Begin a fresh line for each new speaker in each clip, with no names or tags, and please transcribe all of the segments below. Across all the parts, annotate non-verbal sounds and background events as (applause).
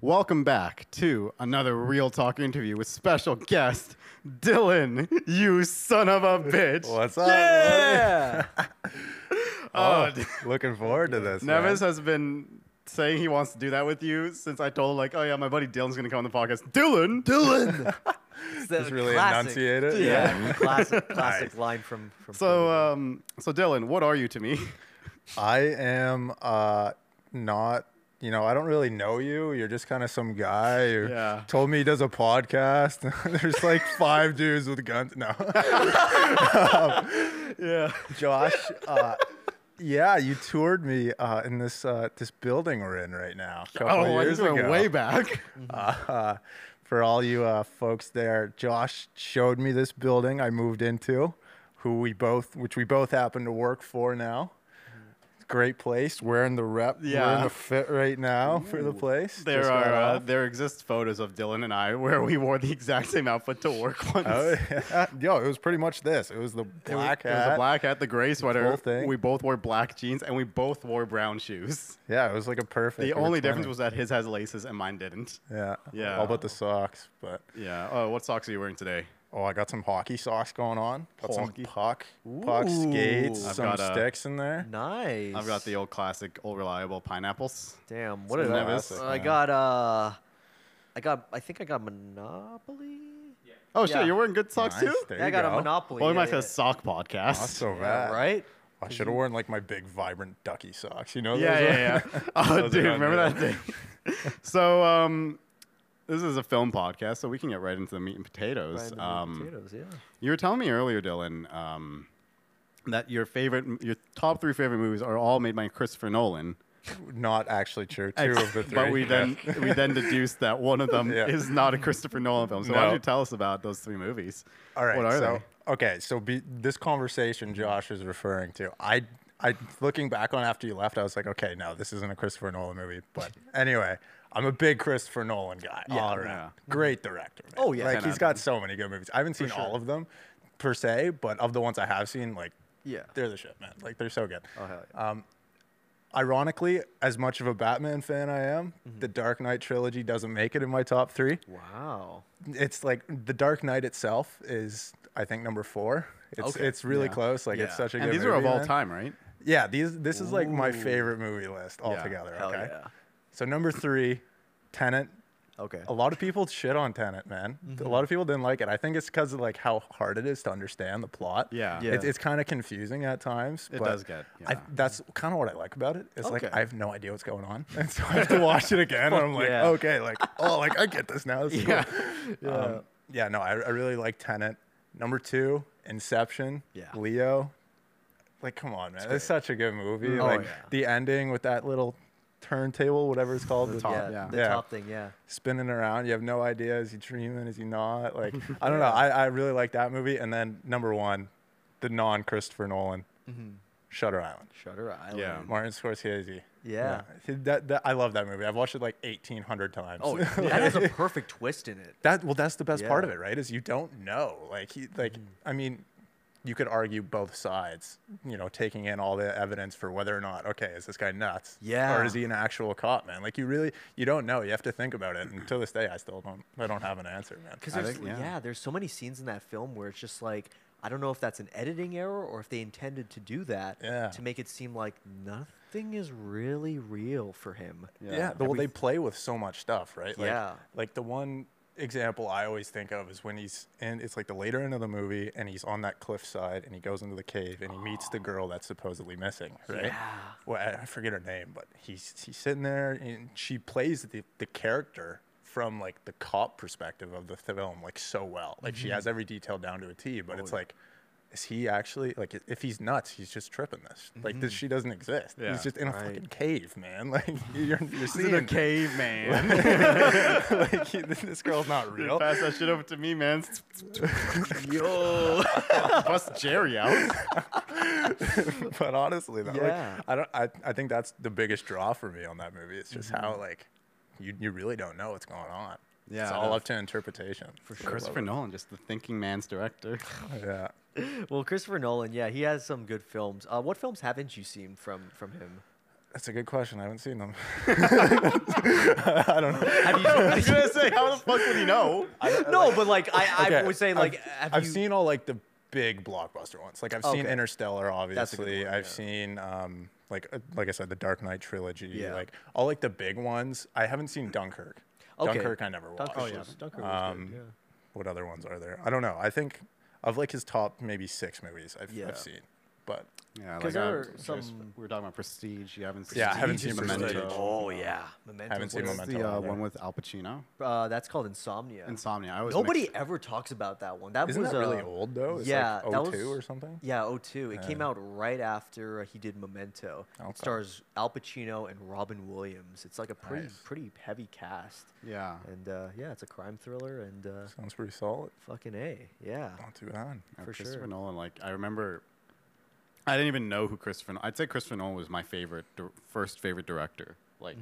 Welcome back to another Real Talk interview with special guest Dylan. You son of a bitch.
What's up?
(laughs)
Yeah.
Oh, looking forward to this. man.
Nevis has been saying he wants to do that with you since I told him, like, oh yeah, my buddy Dylan's gonna come on the podcast. Dylan, Dylan.
Just really enunciate it.
Yeah.
Yeah.
(laughs)
(laughs)
classic classic line from
(laughs)
from
so, um, so Dylan, what are you to
(laughs)
me?
I am uh, not, you know, I don't really know you. You're just kind of some guy who
Yeah.
told me he does a podcast. (laughs) There's like five dudes with guns. No.
(laughs) yeah.
Josh, uh, yeah, you toured me uh, in this uh, this building we're in right now. a couple
Oh, I
years
just went
ago.
way
(laughs)
back.
Uh, for all you uh, folks there, Josh showed me this building I moved into, who we both, which we both happen to work for now. Great place. We're in the rep. We're in
Yeah.
the fit right now for the place.
There
Just got
are uh,
off.
there exist photos of Dylan and I where we wore the exact same outfit to work once.
Oh, (laughs) yeah. Yo, it was pretty much this. It was the
(laughs)
black
It
hat.
was a black hat, the gray sweater.
whole thing.
We both wore black jeans and we both wore brown shoes.
Yeah, it was like a perfect.
The
we were
only difference
20.
was that his has laces and mine didn't.
Yeah.
Yeah.
All but the socks. But
Yeah. Oh, what socks are you wearing today?
oh, I got some hockey socks going on. Got
Hockey.
some puck, puck
Ooh.
skates,
I've
some
got a-
sticks in there.
nice.
uh, I've got the old classic, old reliable pineapples.
damn. What did I?
Nevis.
Classic,
I
man.
got uh, I got I think I got Monopoly. Yeah,
Oh shit,
Yeah.
you're wearing good socks
Nice.
too.
There
I
you
got a
go.
Monopoly.
Well, we
yeah,
might
yeah.
have a sock podcast.
Also,
Yeah, right.
I should have worn like my big vibrant ducky socks. You
(laughs)
know?
Yeah,
those ones?
yeah, yeah. Oh,
Those are
dude,
on
remember that
you.
day? so, um, this is a film podcast, so we can get right into the meat and potatoes.
Fried and
um,
potatoes. Yeah.
You were telling me earlier, Dylan, um, that your favorite, your top three favorite movies are all made by Christopher Nolan.
(laughs) Not actually true. Two of the
(laughs)
three.
But we then we then deduced that one of them
(laughs) Yeah.
is not a Christopher Nolan film. So why
No.
don't you tell us about those three movies?
All right.
what are
so, Okay. So be, this conversation Josh is referring to, I, I, looking back on after you left, I was like, okay, no, this isn't a Christopher Nolan movie. But anyway, I'm a big Christopher Nolan guy.
Yeah,
all around.
yeah.
Great director. man.
Oh, yeah.
Like
Ten
out
he's
of
got so many good movies. I haven't seen all of them, per se, but of the ones I have seen, like
Yeah.
they're the shit, man. Like they're so good.
Oh hell yeah.
Um, Ironically, as much of a Batman fan I am,
Mm-hmm.
the Dark Knight trilogy doesn't make it in my top three.
wow.
It's like the Dark Knight itself is, I think, number four. It's
Okay.
it's really
Yeah.
close. Like
Yeah.
it's such a
And
good.
these are of
movie,
all
man.
time, right?
Yeah, these this is like my
Ooh.
favorite movie list altogether.
Hell
okay,
yeah.
so number three, Tenant.
Okay.
A lot of people shit on Tenant, man. A lot of people didn't like it. I think it's because of like how hard it is to understand the plot.
Yeah.
It's,
Yeah.
it's kind of confusing at times.
It
but
does get-
I,
yeah.
that's kind of what I like about it. It's
Okay.
like I have no idea what's going on, (laughs) and so I have to watch it again. and I'm like,
yeah.
okay, like oh, like I get this now. This is
Yeah.
cool. Yeah. Um, yeah. No, I, I really like Tenant. Number two, Inception.
Yeah.
Leo. Like, come on, man. It's such a good movie.
Oh,
like
yeah.
the ending with that little turntable, whatever it's called, the
yeah,
yeah.
The top thing. Yeah.
spinning around. You have no idea. Is he dreaming? Is he
(laughs)
not? Like, I don't know. I, I really like that movie. And then number one, the non Christopher Nolan,
Mm-hmm.
Shutter Island,
Shutter Island.
Yeah.
Martin Scorsese.
Yeah.
That, that, I love that movie. I've watched it like 1,800 times.
(laughs)
(laughs)
Oh, that has a perfect twist in it.
That well, that's the best part of
Yeah. Mm-hmm.
it, right? Is you don't know. Like he, like I mean, you could argue both sides. You know, taking in all the evidence for whether or not okay, is this guy nuts?
Yeah.
Or is he an actual cop, man? Like you really, you don't know. You have to think about it. And to this day, I still don't. I don't have an answer, man.
Because
I
there's
think-
yeah.
yeah.
there's so many scenes in that film where it's just like I don't know if that's an editing error or if they intended to do that
Yeah.
to make it seem like nothing is really real for him.
Yeah. the- well, they play with so much stuff, right? Like,
Yeah.
Like the one example I always think of is when he's in. It's like the later end of the movie, and he's on that cliffside, and he goes into the cave, and he meets the girl that's supposedly missing, right?
Yeah.
Well, I, I forget her name, but he's he's sitting there, and she plays the the character from like the cop perspective of the film like so well. Like she
Mm-hmm.
has every detail down to a T, but it's like. Is he actually like i- if he's nuts? He's just tripping this. Like this, she doesn't exist.
Yeah.
He's just in a
Mm-hmm. Right.
fucking cave, man. (laughs) Like you're, you're
This is a
seeing (laughs)
caveman. (laughs)
like you- this girl's not real.
Pass that shit over to me, man.
(laughs) Yo.
Bust Jerry out.
(laughs) but honestly, though,
Yeah.
like, I don't. I, I think that's the biggest draw for me on that movie. It's just how like you you really don't know what's going on.
Mm-hmm. Yeah,
it's
I
all
know.
up to interpretation. (laughs) For
Christopher Nolan, just the thinking man's
(laughs)
director.
Yeah.
well, Christopher Nolan, yeah, he has some good films. Uh, what films haven't you seen from from him?
That's a good question. I haven't
(laughs)
seen them. (laughs) I don't know.
Have
I was
you?
gonna say, how
(laughs)
the fuck would he know?
no, but like I, I
Okay,
would say
I've-
like
I've,
have you,
seen all like the big blockbuster ones. Like I've seen
Okay.
Interstellar,
That's a good
obviously.
one,
I've
yeah.
seen um, like uh, like I said, the Dark Knight trilogy.
Yeah.
Like all like the big ones. I haven't seen Dunkirk.
Okay.
Dunkirk, I never watched.
Dunkirk was-
Dunkirk
was good, Um, yeah. What other ones are there? I don't know. I think of like his top maybe six movies I've,
Yeah.
I've seen, but
Yeah, like
Because there
uh,
are
just-
some-
we were talking about Prestige. You haven't seen.
Yeah, I haven't
Prestige.
seen
Memento.
Prestige.
Oh yeah, Memento.
Haven't seen
was-
What's the
Memento
uh,
either.
one with Al Pacino?
Uh, that's called Insomnia.
Insomnia. I was
Nobody ever talks about that one. That
isn't
was
that really
uh,
old though? It's
yeah,
like
that
02
was-
or something.
Yeah, O2. It came out right after uh, he did Memento.
Okay.
It stars Al Pacino and Robin Williams. It's like a pretty
Nice.
pretty heavy cast.
Yeah.
And uh, yeah, it's a crime thriller and uh,
Sounds pretty solid.
fucking A. Yeah.
Not too bad.
Yeah,
for
Oh, Christopher
sure.
Nolan. Like I remember, I didn't even know who Christopher. Nolan. I'd say Christopher Nolan was my favorite, dir- first favorite director. Like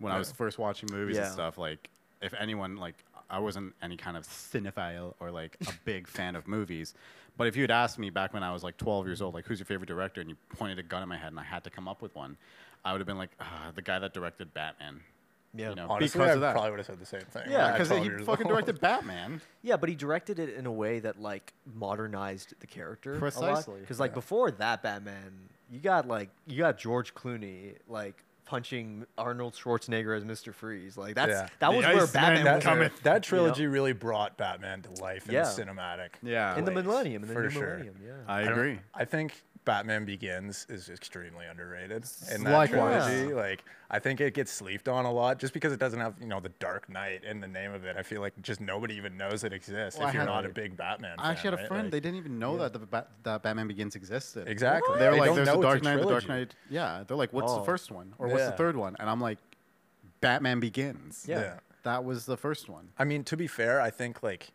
when I was
Yeah.
first watching movies
Yeah.
and stuff. Like if anyone like I wasn't any kind of cinephile or like a big fan of movies, but if you had asked me back when I was like 12 years old, like who's your favorite director, and you pointed a gun at my head and I had to come up with one, I would have been like ah, the guy that directed Batman.
Yeah.
You know,
Honestly,
because
I
of that.
probably would have said the same thing.
(laughs)
when I
yeah, because
was 12
he
years
fucking
old.
directed Batman.
Yeah, but he directed it in a way that like modernized the character
Precisely,
Because like
yeah.
before that Batman, you got like you got George Clooney like punching Arnold Schwarzenegger as Mr. Freeze. Like that's
Yeah.
that
The
was where
Iceman
Batman was.
cometh.
That trilogy really brought Batman to life in
Yeah.
the cinematic.
Yeah.
in the
place,
millennium, in the
for
new
sure.
millennium, yeah.
I
don't-
agree.
I think Batman Begins is extremely underrated in that
Likewise.
trilogy. Like, I think it gets slept on a lot just because it doesn't have, you know, the Dark Knight in the name of it. I feel like just nobody even knows it exists
Well, I
if you're
had-
not a big Batman.
I actually had
fan,
a
right?
friend.
Like,
they didn't even know that the Bat- that Batman Begins existed.
Exactly.
They were
They
like,
don't
"There's
know
the
it's a
Dark Knight, the Dark
trilogy.
Knight." Yeah, they're like, "What's
Oh.
the first one, or what's the
Yeah.
third one?" And I'm like, "Batman Begins."
Yeah.
Yeah.
that was the first one.
I mean, to be fair, I think like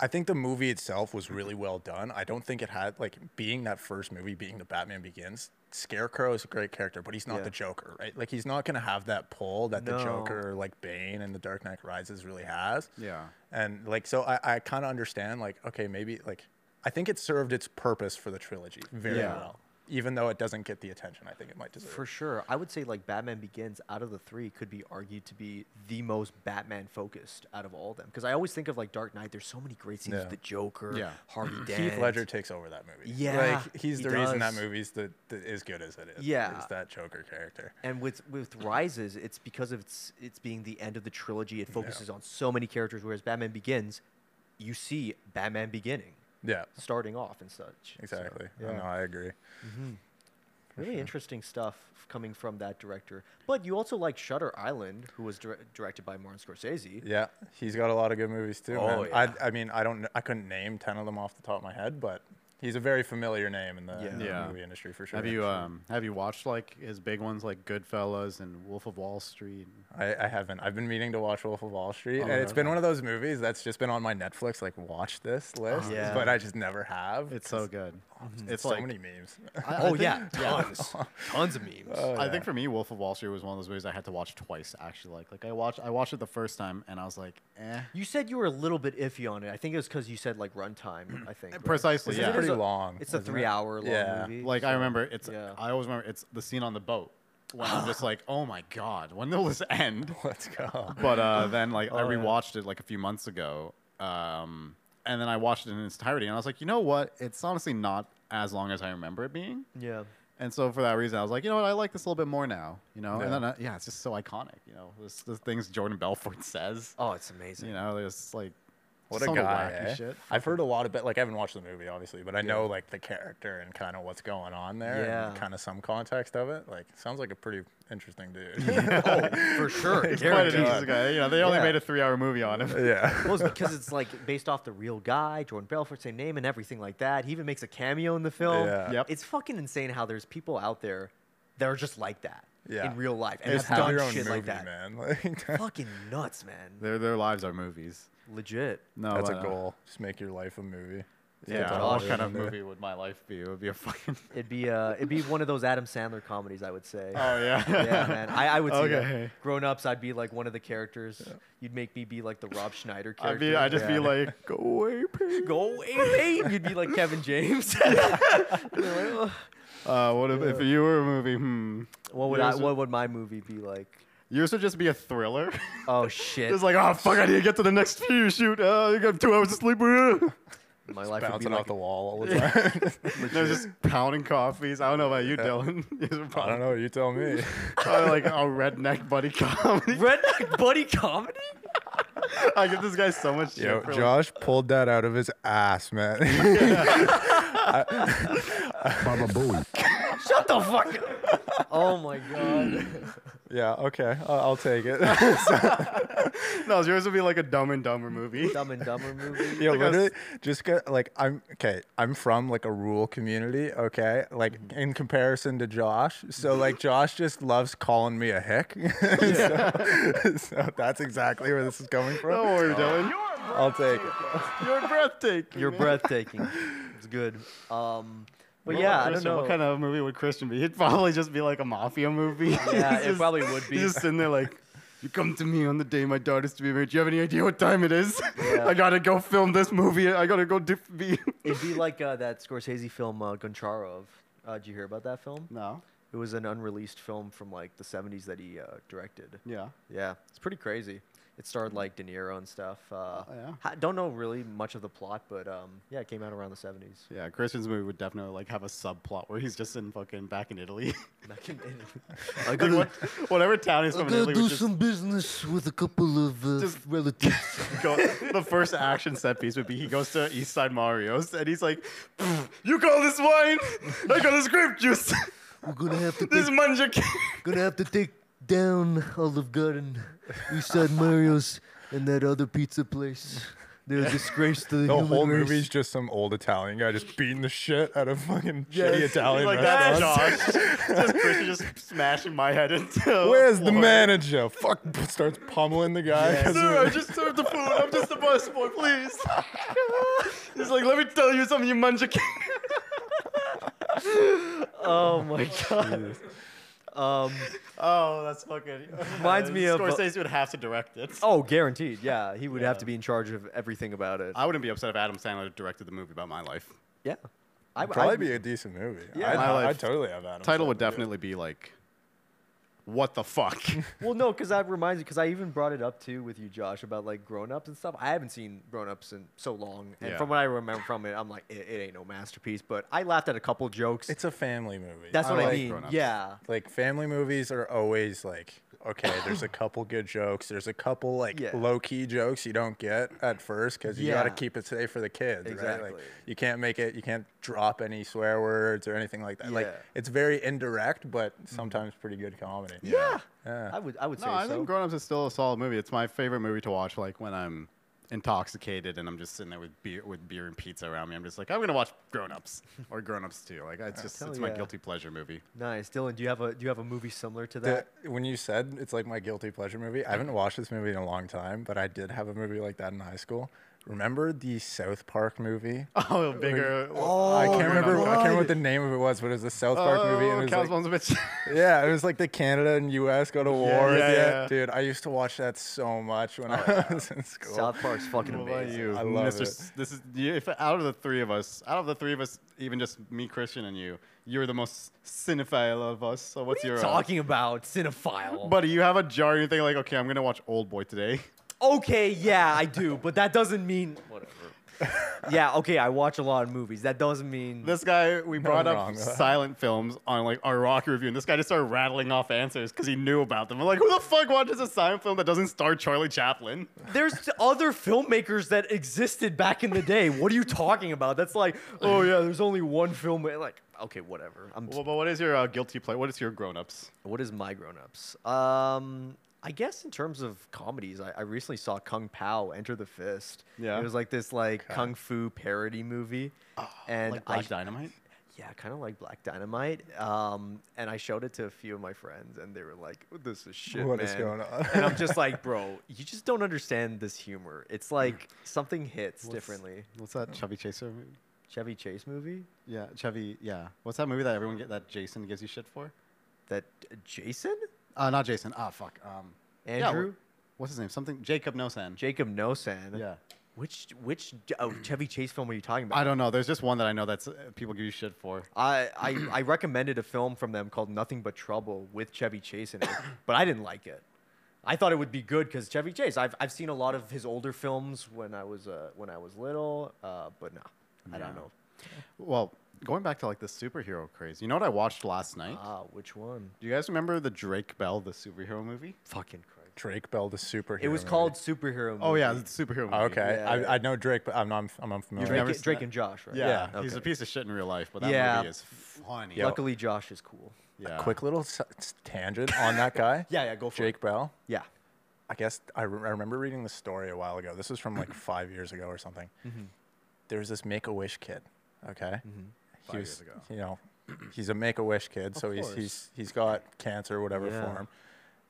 I think the movie itself was really well done. I don't think it had like being that first movie being the Batman Begins. Scarecrow is a great character, but he's not
Yeah.
the Joker, right? Like he's not gonna have that pull that the
No.
Joker, like Bane and the Dark Knight Rises, really has.
Yeah.
And like so, I, I kind of understand. Like okay, maybe like I think it served its purpose for the trilogy very
Yeah.
well, even though it doesn't get the attention I think it might deserve.
For sure. I would say like Batman Begins out of the three could be argued to be the most Batman focused out of all of them. Because I always think of like Dark Knight, there's so many great scenes
Yeah.
with the Joker,
Yeah.
Harvey Dent.
(clears throat) Heath Ledger takes over that movie.
Yeah,
like he's
he
the reason that
does.
movie's the, the as good as it is.
Yeah.
is that Joker character.
And with with Rises, it's because of its it's being the end of the trilogy, it focuses on so many characters, whereas Batman Begins, you see Batman beginning,
Yeah,
starting off and such. So,
exactly.
yeah.
No, I agree.
Really interesting stuff f- coming from that director. But you also like Shutter Island, who was dir- directed by Martin Scorsese.
Yeah, he's got a lot of good movies too.
Oh,
man.
yeah.
I, I mean, I don't, kn- I couldn't name ten of them off the top of my head, but he's a very familiar name in the,
Yeah.
in the
Yeah.
movie industry for sure.
Have you um have you watched like his big ones like Goodfellas and Wolf of Wall Street?
I, I haven't. I've been meaning to watch Wolf of Wall Street,
Oh,
and it's been
okay. Oh,
one of those movies that's just been on my Netflix, like watch this list,
yeah.
but I just never have.
It's so good. It's
so
like
many memes.
I- I
oh
think-
yeah, tons, tons of memes.
(laughs) Oh,
I
yeah.
think for me, Wolf of Wall Street was one of those movies I had to watch twice. Actually, like like I watched I watched it the first time and I was like, eh.
you said you were a little bit iffy on it. I think it was because you said like runtime. I think right?
Precisely,
Because
yeah.
it is
Pretty
a-
long,
It's a
isn't it?
three-hour long
Yeah.
movie.
Like I
so-
remember, it's
yeah.
I always remember it's the scene on the boat when I'm just like, oh my god, when will this end?
(laughs) Let's go.
But uh, then like I
Oh, yeah.
rewatched it like a few months ago, um, and then I watched it in its entirety, and I was like, you know what? It's honestly not as long as I remember it being.
Yeah.
And so for that reason, I was like, you know what? I like this a little bit more now. You know,
Yeah.
and then uh, yeah, it's just so iconic. You know, this, the things Jordan Belfort (laughs) says.
Oh, it's amazing. (laughs)
You know, there's like
What
some
a
of the
guy!
wacky
eh?
shit. (laughs)
I've heard a lot about like I haven't watched the movie obviously, but I know like the character and kind of what's going on there and
Yeah.
kind of some context of it. Like sounds like a pretty interesting
(laughs)
dude.
Oh, For sure,
Quite an
guaranteed.
interesting guy. You know, they only
Yeah.
made a three-hour movie on
(laughs)
him.
(laughs) yeah.
Well, it's because it's like based off the real guy, Jordan Belfort, same name, and everything like that. He even makes a cameo in the film.
Yeah.
Yep.
It's fucking insane how there's people out there that are just like that
Yeah.
in real life and
Just
have
have
done
your own
shit
movie,
like that.
man. (laughs) Like,
Fucking nuts, man.
Their their lives are movies.
Legit.
No,
that's a
but, uh,
goal. Just make your life a movie.
It's
yeah,
a lot
what
of-
kind of movie would my life be? It would be a
(laughs)
fucking. (laughs)
It'd be uh, it'd be one of those Adam Sandler comedies, I would say.
Oh yeah. (laughs)
yeah, man. I, I would see
Okay.
that. Grown ups, I'd be like one of the characters. You'd make me be like the Rob Schneider
I'd
character.
be. I'd just
Yeah.
be like, go away, please.
(laughs) Go away, babe. You'd be like Kevin James. (laughs) You're like, "Ugh."
Uh, what if, if you were a movie? Hmm.
what would I,
Yours would-
what would my movie be like?
Yours would just be a
(laughs)
thriller. (laughs)
Oh shit.
It's like, oh fuck, I need to get to the next few. Shoot, uh, I got two hours of sleep.
(laughs)
no,
my life would be
Bouncing
like
off the wall all the time. (laughs)
(laughs)
(laughs)
just pounding coffees. I don't know about you, Dylan. (laughs) Yours would
I don't
probably-
know. You tell
(laughs)
me.
probably like a redneck buddy (laughs) comedy.
redneck buddy comedy.
I give this guy so much shit.
Yo,
for, like,
Josh pulled that out of his ass, man. (laughs)
(laughs)
Baba Booey.
Shut the fuck
(laughs)
up. Oh my god.
(laughs) yeah. Okay. I'll, I'll take it. (laughs)
no, yours would be like a Dumb and Dumber movie.
Dumb and Dumber
(laughs)
movie.
Yo,
Like a s-
literally, just get like I'm okay. I'm from like a rural community, okay. Like
Mm-hmm.
in comparison to Josh,
(laughs)
so like Josh just loves calling me a hick. (laughs) so, (laughs) so that's exactly where this is coming
(laughs)
from.
Don't worry, Dylan.
(laughs) I'll take it.
You're breathtaking.
You're
man.
breathtaking. It's good. Um, but
What
yeah,
about
I don't
Christian?
know.
What kind of movie would Christian be? (laughs) He'd probably just be like a mafia movie.
yeah,
(laughs) He's
it
just-
probably would be.
He's just sitting there like, you come to me on the day my daughter's to be married. Do you have any idea what time it is? (laughs)
Yeah.
I gotta go film this movie. I gotta go dip (laughs) be.
It'd be like uh, that Scorsese film uh, Goncharov. Uh, did you hear about that film?
No.
It was an unreleased film from like the 70s that he uh, directed.
Yeah. Mm-hmm.
Yeah, it's pretty crazy. It starred like De Niro and stuff. Uh,
Oh, yeah.
ha- don't know really much of the plot, but um, yeah, it came out around
(laughs)
the 70s.
Yeah, Christian's movie would definitely like have a subplot where he's just in fucking back in Italy. (laughs)
Back in Italy.
like what, whatever town he's from in Italy would just
business with a couple of uh,
Just-
relatives.
go, the first action set piece would be he goes to East Side Mario's and he's like, "Pff, "You call this wine? I call this grape juice. (laughs)
We're gonna have to
this is manja." (laughs)
gonna have to take down Olive Garden, East Side Mario's, and that other pizza place. They're a disgrace to the,
The
human
whole
race.
movie's just some old Italian guy just beating the shit out of fucking shitty
Yes.
Italian
like that,
restaurants.
Josh. (laughs) just Christian just smashing my head into.
(laughs) Where's the
floor.
manager? Fuck! (laughs) Starts pummeling the guy. (laughs) 'cause
Sir, I
of-
just served the food. I'm just the busboy, (laughs) please. He's like, let me tell you something, you manja.
oh
(laughs)
my god. Um,
(laughs) Oh, that's fucking. (laughs)
Reminds me of, uh,
Scorsese would have to direct it.
oh, guaranteed. Yeah, he would have
Yeah.
to be in charge of everything about it.
I wouldn't be upset if Adam Sandler directed the movie about my life.
yeah. I,
It'd probably
I'd-
be a decent movie.
Yeah.
I'd,
My
I'd
life-
totally have Adam.
Title would
Sandler do it.
definitely be like, "What the
(laughs)
fuck."
Well, no, because that reminds me. Because I even brought it up too with you, Josh, about like grown ups and stuff. I haven't seen grown ups in so long, and
Yeah.
from what I remember from it, I'm like, it, it ain't no masterpiece. But I laughed at a couple jokes.
It's a family movie.
That's what I,
like
mean.
Grown Ups.
Yeah,
like family movies are always like okay there's
(laughs)
a couple good jokes there's a couple like
Yeah.
low-key jokes you don't get at first because you got to
Yeah.
keep it safe for the kids right
Exactly.
like you can't make it you can't drop any swear words or anything like that like
Yeah. Mm-hmm.
it's very indirect but sometimes pretty good comedy
yeah.
Yeah.
I would, I would
No,
say
I
so.
think Grown Ups is still a solid movie. It's my favorite movie to watch. Like when I'm intoxicated and I'm just sitting there with beer, with beer and pizza around me. I'm just like, I'm gonna watch Grown Ups or Grown Ups Two. Like it's just,
Hell
it's my
yeah.
guilty pleasure movie.
nice, Dylan. Do you have a, do you have a movie similar to
The-
that?
when you said it's like my guilty pleasure movie i haven't watched this movie in a long time but i did have a movie like that in high school remember the south park movie
Oh, bigger.
I can't
my
remember. I can't remember
God.
what the name of it was, but it was the South Park movie. And it was
Oh,
(laughs)
like,
bitch.
Yeah, it was like the Canada and U.S. go to war. at
yeah,
the
yeah. Oh,
end. Dude, I used to watch that so much when I was in school. (laughs)
South Park's fucking
What about
amazing.
you?
I love
Mr.
it.
S- This is you, if out of the three of us, out of the three of us, even just me, Christian, and you, you're the most cinephile of us. So what's
What are you
your uh,
talking about, cinephile?
buddy? You have a jar. and You think like, okay, I'm gonna watch Old Boy today. (laughs)
okay, yeah, I do, but that doesn't mean whatever. (laughs) yeah, okay, I watch a lot of movies. That doesn't mean
This guy, (laughs) we brought
wrong
up
with that.
silent films on like our Rocky review, and this guy just started rattling off answers because he knew about them. I'm like, who the fuck watches a silent film that doesn't star Charlie Chaplin?
(laughs) There's other filmmakers that existed back in the day. What are you talking about? That's like, oh yeah, there's only one film. Like, okay, whatever. I'm.
(laughs) Well, but what is your uh, guilty play? What is your grown-ups?
What is my grown-ups? Um, I guess in terms of comedies, I, I recently saw Kung Pao Enter the Fist.
Yeah.
It was like this like kung fu parody movie, and
Like Black
I,
Dynamite.
yeah, kind of like Black Dynamite. Um, and I showed it to a few of my friends, and they were like, "This is shit,
What
man."
is going on?
and I'm just like, "Bro, you just don't understand this humor. It's like something hits differently."
What's that Chubby Chaser movie?
Chevy Chase movie?
Yeah, Chevy. Yeah, what's that movie that everyone get that Jason gives you shit for?
That Jason?
Uh, not Jason. Ah, fuck. Um, yeah, wh-
Andrew?
what's his name? Something Jacob Nosan.
Jacob Nosan.
yeah.
Which which oh, Chevy Chase film were you talking about?
I don't know. There's just one that I know that's uh, people give you shit for.
I,
(clears throat)
I, I recommended a film from them called Nothing But Trouble with Chevy
(laughs)
Chase in it, but I didn't like it. I thought it would be good because Chevy Chase. I've, I've seen a lot of his older films when I was uh, when I was little, uh, but no, I
Yeah.
don't know.
Well, going back to like the superhero craze. You know what I watched last night?
Ah, which one?
Do you guys remember the Drake Bell, the superhero movie?
Fucking Christ!
Drake Bell the superhero.
It was
movie.
called Superhero. Movie.
Oh yeah, the superhero movie.
Okay,
Yeah,
I,
yeah.
I know Drake, but I'm not. I'm unfamiliar.
You've
Drake,
never
and-
seen
Drake
that?
and Josh, right?
Yeah,
Yeah,
he's a
okay.
piece of shit in real life, but that
Yeah.
movie is funny.
Yeah.
Luckily, Josh is cool.
Yeah.
A
(laughs)
quick little s- s- tangent on that guy.
Yeah, yeah, go for
Jake
it.
Bell.
Yeah,
I guess I, re- I remember reading the story a while ago. This
(clears throat)
was from like five years ago or something.
Mm-hmm.
There was this Make a Wish kid. Okay,
Five
he
years
was,
ago.
you know, he's a Make a Wish kid, so he's
course.
he's he's got cancer, whatever
Yeah.
form,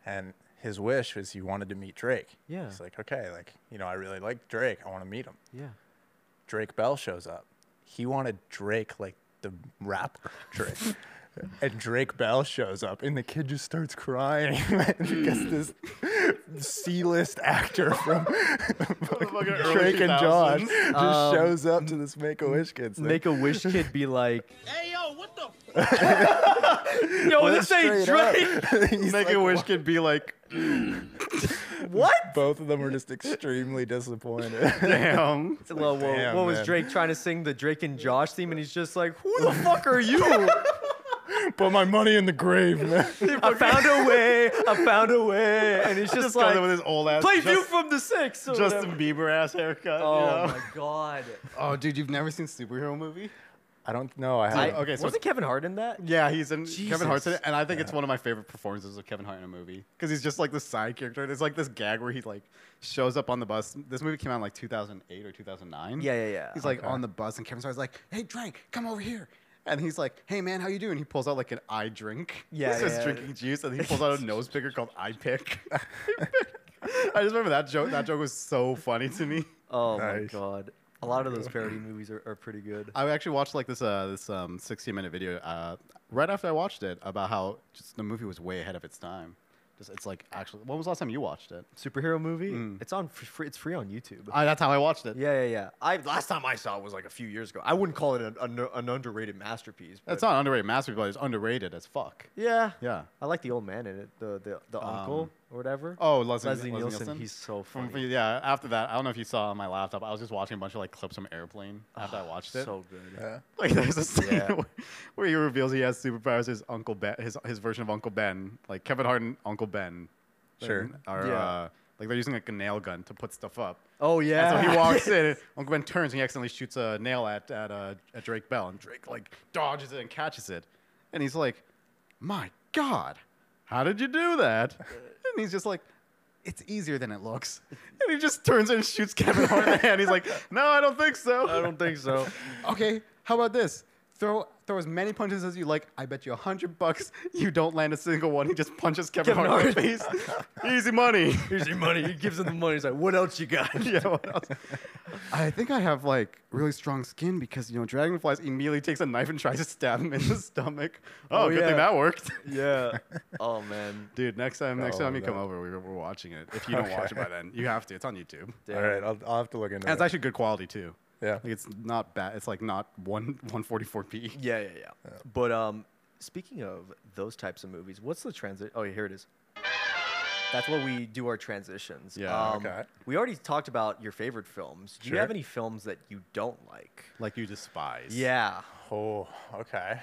and his wish was he wanted to meet Drake.
Yeah.
he's like, okay, like you know, I really like Drake. I want to meet him.
yeah.
Drake Bell shows up. He wanted Drake like the rapper (laughs) Drake. and Drake Bell shows up and the kid just starts crying (laughs) because this C-list actor from
early
Drake and Josh
2000s.
just
Um,
shows up to this Make-A-Wish kids thing.
Make a
(laughs)
wish kid be like,
Hey yo, what the?
(laughs) yo, this ain't
Straight up.
Drake.
He's
Make
like,
a wish
"What?"
could be (laughs) like,
What?
Both of them were just extremely disappointed. (laughs)
damn.
Well, well,
damn,
what was
man.
Drake trying to sing the Drake and Josh theme, and he's just like,
(laughs)
"Who the fuck are you?
Put my money in the grave, man. (laughs)
I found a way. I found a way." And he's just
Just like, with
like,
his old ass.
"Play View
Just,
from the Six. Or
Justin
whatever.
Bieber ass haircut.
Oh
you know? (laughs)
my god.
Oh, dude, you've never seen superhero movie?
I don't know. I
I,
have
okay, so-
wasn't Kevin Hart
(laughs)
in that?
Yeah, he's in Kevin Hart's in it,
Jesus.
and I think it's one of my favorite performances of Kevin Hart in a movie because he's just like the side character. There's like this gag where he like shows up on the bus. This movie came out in like 2008 or 2009.
Yeah, yeah, yeah.
He's like on the bus, and Kevin Hart's like, "Hey, Drake, come over here." And he's like, "Hey, man, how you doing?" He pulls out like an eye drink.
Yeah,
he's just
yeah.
drinking juice, and he pulls out a
(laughs)
nose picker called Eye Pick. (laughs) I just remember that joke. That joke was so funny to me.
Oh my
Nice.
god. A lot
(laughs)
of those parody movies are, are pretty good.
I actually watched like this uh, this um, 60 minute video uh, right after I watched it about how just the movie was way ahead of its time. Just it's like actually, when was the last time you watched it?
Superhero movie? It's on. fr- Free, it's free on YouTube.
Mm. I, that's how I watched it.
yeah, yeah, yeah. I last time I saw it was like a few years ago. I wouldn't call it an, an, an underrated masterpiece. But
It's not an underrated masterpiece, but it's underrated as fuck.
Yeah.
Yeah.
I like the old man in it, the the, the uncle
Um,
or whatever.
Oh, Leslie,
Leslie Nielsen, he's so
From-
funny.
yeah. After that, I don't know if you saw on my laptop. I was just watching a bunch of like clips from Airplane
(gasps)
after I watched it.
so good.
Yeah.
(laughs) Like there's a scene
Yeah.
where, where he reveals he has superpowers. His uncle Ben, his his version of Uncle Ben, like Kevin Hart and Uncle Ben,
Sure.
are
Yeah.
uh, like they're using like a nail gun to put stuff up.
Oh
And
yeah.
so he walks in, and Uncle Ben turns, and he accidentally shoots a nail at at, uh, at Drake Bell, and Drake like dodges it and catches it, and he's like, "My God, how did you do
(laughs)
that?" And he's just like, "It's easier than it looks," and he just turns and shoots Kevin Hart in the hand. He's like, "No, I don't think so.
(laughs) I don't think so.
(laughs) Okay, how about this? Throw throw as many punches as you like. I bet you a hundred bucks you don't land a single one. He just punches Kevin,
Kevin
Hart in the face. Easy
(laughs)
money.
Here's your money. He gives him the money. He's like, "What else you got?"
(laughs) yeah, what else? I think I have like really strong skin because you know dragonflies immediately takes a knife and tries to stab him in the (laughs) stomach. Oh,
Oh,
good
yeah.
thing that worked. (laughs)
yeah. Oh man.
Dude, next time, next
Oh,
time you come
that-
over, we're, we're watching it. If you don't watch it by then, you have to. It's on (laughs) YouTube.
Damn.
All right, I'll, I'll have to look into
And it's
it.
actually good quality too.
Yeah.
like it's not bad. It's like not one (laughs) 144p.
Yeah, yeah, yeah, But um, speaking of those types of movies, what's the transit? Oh, here it is. That's what we do our transitions.
Yeah,
Um,
okay.
We already talked about your favorite films. Do you
Sure.
have any films that you don't like?
Like you despise.
Yeah.
Oh, okay.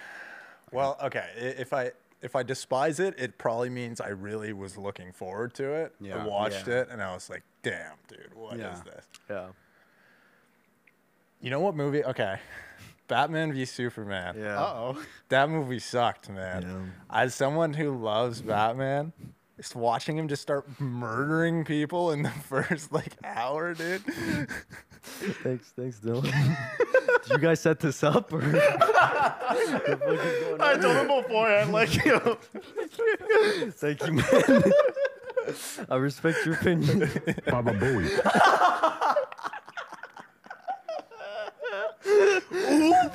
Well, okay. i- If I if I despise it, it probably means I really was looking forward to it.
Yeah.
I watched
Yeah.
it and I was like, "Damn, dude, what is
Yeah.
this?"
Yeah.
Oh,
You know what movie? Okay. (laughs) Batman v Superman.
Yeah.
Uh oh.
That movie sucked, man. As someone who loves Batman, just watching him just start murdering people in the (laughs) first like hour,
(laughs)
dude.
Thanks, thanks, Dylan. (laughs) Did you guys set this up?
(laughs)
Or (laughs)
I told him beforehand, like, you know,
Thank you, man. I respect your opinion.
(laughs)
Baba Booey.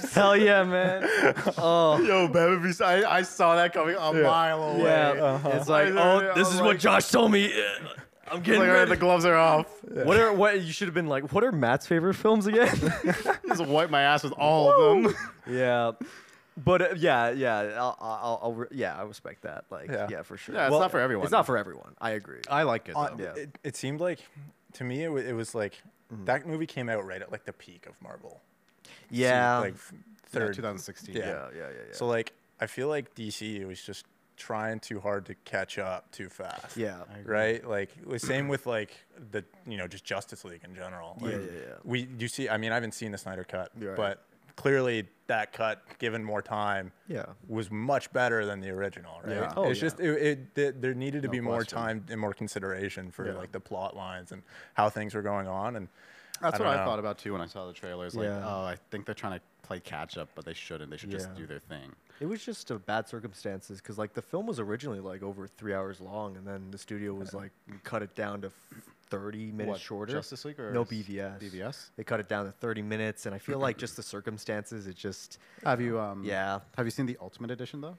(laughs) Hell yeah, man. Oh,
(laughs) Yo, Batman v Superman. I, I saw that coming a mile away.
yeah. It's like,
I literally-
oh, this
I'm
is
like-
what Josh told me. I'm
It's
getting
like, all right,
ready.
the gloves are off. (laughs)
What are what you should have been like? What are Matt's favorite films again?
Just wipe my ass with all of them.
yeah, but uh, yeah, yeah, I'll, I'll, I'll re- yeah, I respect that. Like, yeah,
Yeah.
for sure.
Yeah, it's not for everyone.
It's not for everyone. I agree.
I like it.
Uh,
though.
yeah. Mm-hmm.
it, it seemed like to me it, wa- it was like that movie came out right at like the peak of Marvel. So,
yeah.
like f-
Yeah,
third.
2016.
yeah.
yeah, yeah, yeah, yeah.
So like I feel like DC was just trying too hard to catch up too fast.
yeah,
Right, like the same with like the you know just Justice League in general.
Yeah,
Like,
yeah, yeah.
We you see, I mean, I haven't seen the Snyder cut,
Right.
but clearly that cut, given more time,
yeah,
was much better than the original, right?
Yeah.
Oh,
it's
yeah.
just it, it th- there needed to
No
be more
question.
time and more consideration for
Yeah.
like the plot lines and how things were going on and
That's
I
what
don't
I
know.
thought about too when I saw the trailers. Like,
Yeah.
oh, I think they're trying to play catch up, but they shouldn't. They should just
Yeah.
do their thing.
It was just a bad circumstances because like the film was originally like over three hours long, and then the studio was like cut it down to thirty minutes
What,
shorter.
Justice League or
no
is-
BVS?
BVS?
They cut it down to thirty minutes, and I
(clears throat)
feel like just the circumstances, it just
Have you? Um,
yeah.
Have you seen the Ultimate Edition though?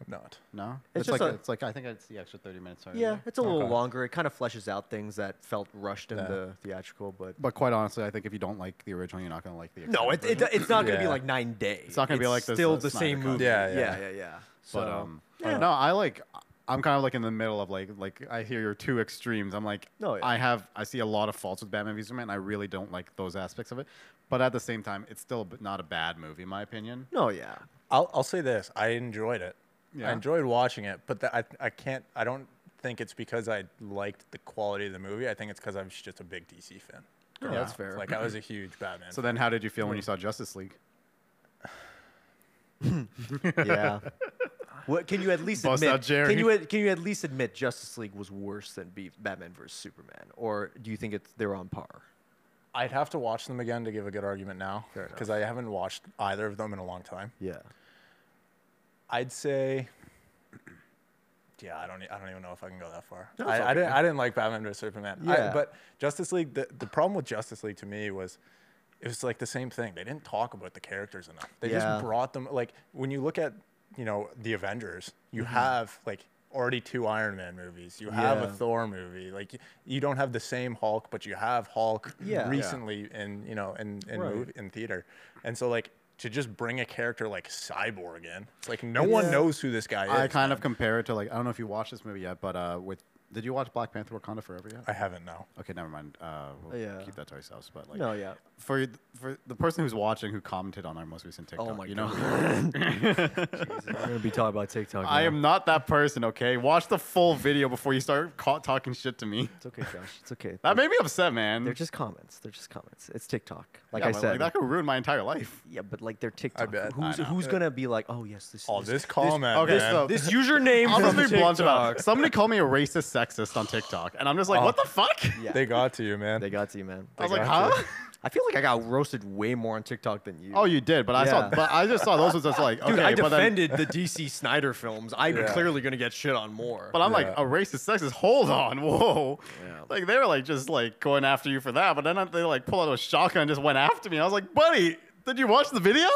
I'm not.
No.
It's
like
just a-
it's like I think it's the extra 30 minutes. already
Yeah,
there.
it's a little
Okay.
longer. It kind of fleshes out things that felt rushed in
Yeah.
the theatrical, but
But quite honestly, I think if you don't like the original, you're not gonna like the.
no, it,
extended
it,
version.
it's not gonna be
Yeah.
like nine days. It's
not gonna be like the-
still
the
the
Snyder
same
Cut.
movie.
Yeah, yeah.
yeah, yeah. yeah. So,
But um,
yeah.
no, I like. I'm kind of like in the middle of like like I hear your two extremes. I'm like,
No, yeah.
I have I see a lot of faults with Batman v Superman. and I really don't like those aspects of it, but at the same time, it's still b- not a bad movie in my opinion.
no, yeah,
I'll I'll say this. I enjoyed it.
Yeah.
I enjoyed watching it, but the, I I can't. I don't think it's because I liked the quality of the movie. I think it's because I'm just a big DC fan.
No,
growing
Oh, that's
up.
fair.
Like I
(clears throat)
was a huge Batman.
So then, how did you feel when you
Hmm.
saw Justice League?
yeah. What can you at least
Bust out
admit?
Jerry.
Can you at- can you at least admit Justice League was worse than B- Batman vs Superman, or do you think it's they're on par?
I'd have to watch them again to give a good argument now
Fair enough.
because I haven't watched either of them in a long time.
Yeah.
I'd say. Yeah, I don't. e- I don't even know if I can go that far.
No, it's
I,
okay.
I didn't. I didn't like Batman vs Superman. I-
Yeah.
but Justice League. The, the problem with Justice League to me was, it was like the same thing. They didn't talk about the characters enough. They
Yeah.
just brought them. Like when you look at, you know, the Avengers, you have like already two Iron Man movies. You have a
Mm-hmm. Yeah.
Thor movie. Like y- you don't have the same Hulk, but you have Hulk
Yeah. Yeah.
recently in you know in in,
Right.
mov- in theater, and so like. To just bring a character like Cyborg in, it's like no one knows who this guy is.
I kind of compare it to like I don't know if you watched this movie yet, but uh, with did you watch Black Panther: Wakanda Forever yet?
I haven't now.
Okay, never mind. Uh, we'll
Yeah.
keep that to ourselves. But like,
No, yeah.
for for the person who's watching who commented on our most recent TikTok,
Oh my
you know,
God.
(laughs)
(laughs) We're gonna be talking about TikTok.
I am not that person. Okay, watch the full video before you start ca- talking shit to me.
It's okay, Josh.
(laughs)
It's okay.
That made me upset, man.
They're just comments. They're just comments. It's TikTok. Like
Yeah,
I
but,
said.
that could ruin my entire
(laughs)
life.
yeah, but like they're TikTok.
bet.
Who's
I know.
who's gonna be like, oh yes, this.
Oh,
(laughs)
this comment.
okay,
man.
so- (laughs)
This username
I'm
from
just be blunt about
TikTok. Oh.
it. Somebody called me a racist, sexist on TikTok, and I'm just like, what the fuck?
(laughs)
Yeah,
they got to you, man. (laughs)
they got to you, man.
I was like,
got
huh?
I feel like I got roasted way more on TikTok than you.
Oh, you did, but I
Yeah.
saw, but I just saw those ones. That's like, okay,
(laughs) Dude, I
but then-
defended the DC Snyder films. I'm
Yeah.
clearly gonna get shit on more.
But I'm like
Yeah.
a racist sexist. Hold on, (laughs) whoa!
Yeah.
Like they were like just like going after you for that, but then they like pulled out a shotgun and just went after me. I was like, buddy, did you watch the video?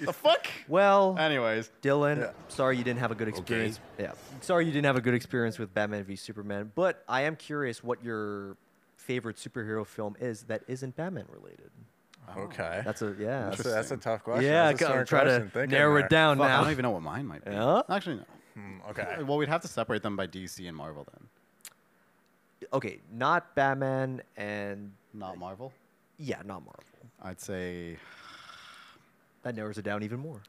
the fuck?
well,
Anyways,
Dylan,
Yeah.
sorry you didn't have a good experience. Yeah, sorry you didn't have a good experience with Batman v Superman. But I am curious what your favorite superhero film is that isn't Batman related.
okay. That's
That's a yeah.
a, that's a tough question.
yeah,
That's a
I'm
smart
trying
question.
to
Thinking
narrow
there.
it down
Fuck, I
Oh, now.
don't even know what mine might be.
Yeah?
Actually, no.
Mm, okay.
Well, we'd have to separate them by DC and Marvel then,
okay, not Batman and
not Marvel.
yeah, not Marvel.
I'd say,
That narrows it down even more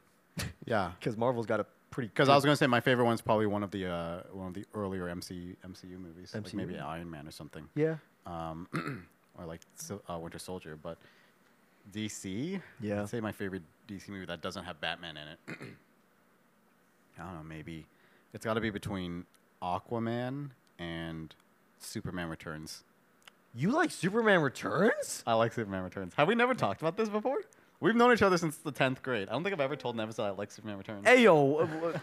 yeah,
because Marvel's got a pretty.
because I was gonna say my favorite one's probably one of the uh, one of the earlier MCU MCU movies, like
MCU?
maybe Iron Man or something.
Yeah.
um, (clears throat) or like Sil- uh, Winter Soldier, but DC.
Yeah.
I'd say my favorite DC movie that doesn't have Batman in it. (clears throat) I don't know. Maybe it's got to be between Aquaman and Superman Returns.
You like Superman Returns?
I like Superman Returns. Have we never talked about this before? We've known each other since the tenth grade. I don't think I've ever told an episode I like Superman Returns.
Hey yo. uh, w-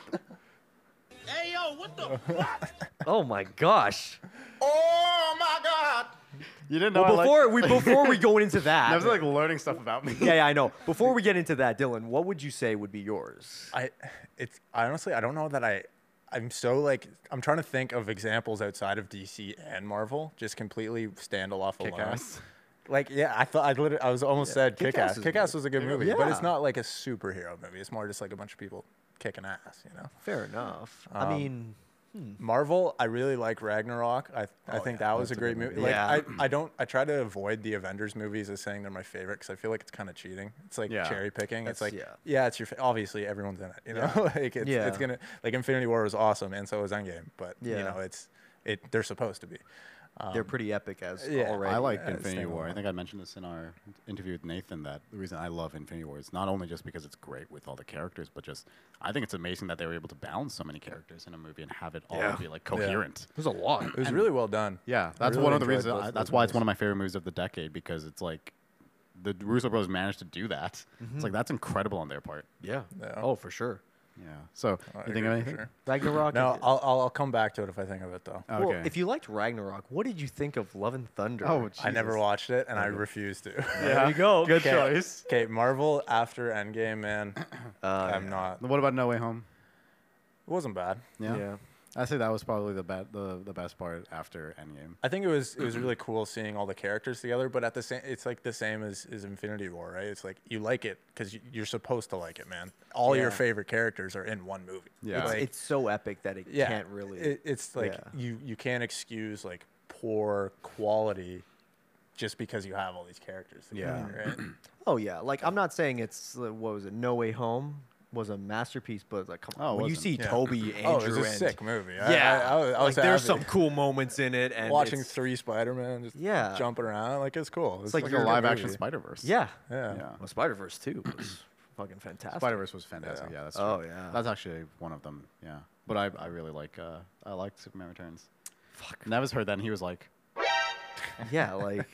Hey yo, what the fuck?
Oh my gosh.
Oh my god.
You didn't know.
Well,
I liked-
before we before we go into that,
I was
(laughs)
like learning stuff about me.
yeah, yeah, I know. Before we get into that, Dylan, what would you say would be yours?
I it's I honestly I don't know that I I'm so like I'm trying to think of examples outside of DC and Marvel, just completely stand off alone.
Kick-Ass.
Like yeah, I thought I literally I was almost said kick
Kick-Ass
ass.
is
Kick ass was a good movie, but it's
Yeah.
not like a superhero movie. It's more just like a bunch of people kicking ass, you know.
Fair enough. I mean,
Marvel, I really like Ragnarok. I I think that was a great movie. Like
Yeah.
I, I don't I try to avoid the Avengers movies as saying they're my favorite because I feel like it's kind of cheating. It's like
Yeah.
cherry picking. it's
That's-
like
yeah.
yeah. it's your fa- obviously everyone's in it. You know, (laughs) like it's
Yeah.
it's gonna like Infinity War was awesome and so was Endgame, but
Yeah.
you know it's it they're supposed to be. Um,
they're pretty epic as
yeah,
already.
I like
Yeah, it's
Infinity
staying
War. I
alive.
think I mentioned this in our interview with Nathan that the reason I love Infinity War is not only just because it's great with all the characters, but just I think it's amazing that they were able to balance so many characters in a movie and have it all
Yeah.
be like coherent.
There's a lot.
It was really well done.
Yeah, that's
really
one of the
enjoyed
reasons.
both
I,
of
that's
those
why it's
movies.
one of my favorite movies of the decade because it's like the Russo brothers managed to do that.
Mm-hmm.
It's like that's incredible on their part.
Yeah.
Yeah.
Oh, for sure.
Yeah. So
Oh, I
you think
agree
of
for
anything?
sure.
Ragnarok.
No,
it-
I'll, I'll I'll come back to it if I think of it though.
Okay.
Well, if you liked Ragnarok, what did you think of Love and Thunder?
oh,
I never
Jesus.
watched it and I refuse to. (laughs)
there you go.
Good
Okay.
choice.
okay, Marvel after Endgame,
(clears throat)
man.
Uh, Oh,
I'm not. It
What about No Way Home?
wasn't bad.
Yeah.
Yeah.
I say that was probably the be- the the best part after Endgame.
I think it was it was really cool seeing all the characters together, but at the same, it's like the same as, as Infinity War, right? It's like you like it because you, you're supposed to like it, man. All your
Yeah.
favorite characters are in one movie.
Yeah.
It's,
Like,
it's so epic that it
yeah,
can't really.
It, it's like
Yeah.
you you can't excuse like poor quality just because you have all these characters. Together, yeah, right.
oh yeah, like I'm not saying it's uh, what was it? No Way Home was a masterpiece, but like come
Oh,
on,
it
when you
wasn't.
see
Yeah.
Toby,
oh, it
Andrew,
was a
and
sick movie. I-
yeah,
I, I, was- I
like
was
there's
happy.
some cool moments in it,
(laughs)
and
watching
it's-
three Spider Man just
Yeah.
jumping around like it's cool. It's,
like
Like
a
a
good
live action
movie.
Spider Verse.
yeah,
Yeah.
Yeah.
well, Spider Verse too was (clears throat) fucking fantastic.
Spider Verse was fantastic. Yeah, that's true.
Oh, yeah.
that's actually one of them. Yeah, but I, I really like uh, I liked Superman Returns. Fuck, Nevis heard that and he was like,
yeah, like,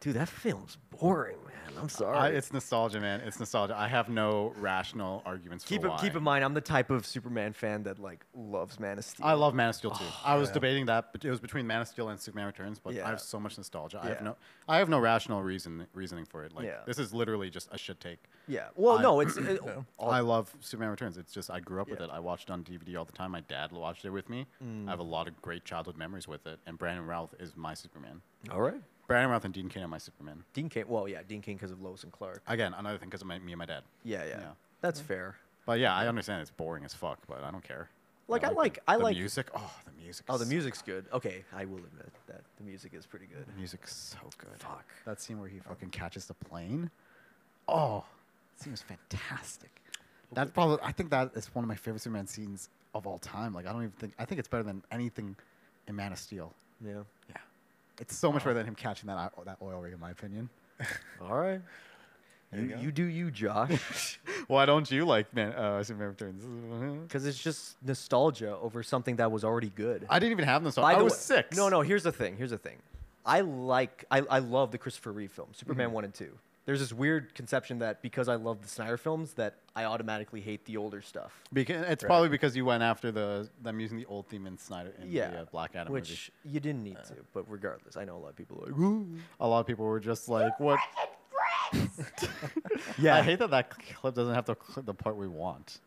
dude, that film's boring, man. I'm
I,
sorry.
"It's nostalgia, man. It's nostalgia. I have no rational arguments
keep
for
it,
why."
keep in mind, I'm the type of Superman fan that like loves Man of Steel.
I love Man of Steel too. I was debating that, but it was between Man of Steel and Superman Returns. But
Oh, Yeah.
I have so much nostalgia. I
Yeah.
have no, I have no rational reason reasoning for it. Like
Yeah.
this is literally just a shit take.
Yeah. Well,
I-
no, it's it, all-
I love Superman Returns. It's just I grew up with it. I watched it on DVD all the time. My dad watched it with me. I
Mm.
have a lot of great childhood memories with it. And Brandon Routh is my Superman.
all right.
Brandon Routh and Dean Kane are my Superman.
Dean King. Well, yeah, Dean King because of Lois and Clark.
Again, another thing because of my, me and my dad.
Yeah, yeah.
Yeah.
That's fair.
But yeah, I understand it's boring as fuck, but I don't care.
Like, I
the-
like- I
the
like-
music. Oh, the music.
Oh, the
is-
music's good. Okay, I will admit that the music is pretty good.
The music's so good.
Fuck.
That scene where he fucking catches the plane. Oh, that scene was fantastic. That's probably. I think that is one of my favorite Superman scenes of all time. Like I don't even think. I think it's better than anything in Man of Steel.
Yeah. Oh.
Yeah. It's so much better than him catching that o- that oil rig, in my opinion. (laughs)
All right. You, you, do you,
(laughs)
Josh,
Why don't you like Man uh, Superman Returns? (laughs)
because it's just nostalgia over something that was already good.
I didn't even have them, so
By
I
the
was
way-
six.
No, no. Here's the thing. Here's the thing. I like. I, I love the Christopher Reeve films,
Mm-hmm.
Superman one and two. There's this weird conception that because I love the Snyder films, that I automatically hate the older stuff.
Because it's probably because you went after the them using the old theme in Snyder in
yeah,
the uh, Black Adam Uh.
which
movie.
you didn't need to, but regardless, I know a lot of people are like, "Ooh."
A lot of people were just like, "What?" (laughs) I hate that that clip doesn't have the cl- the part we want.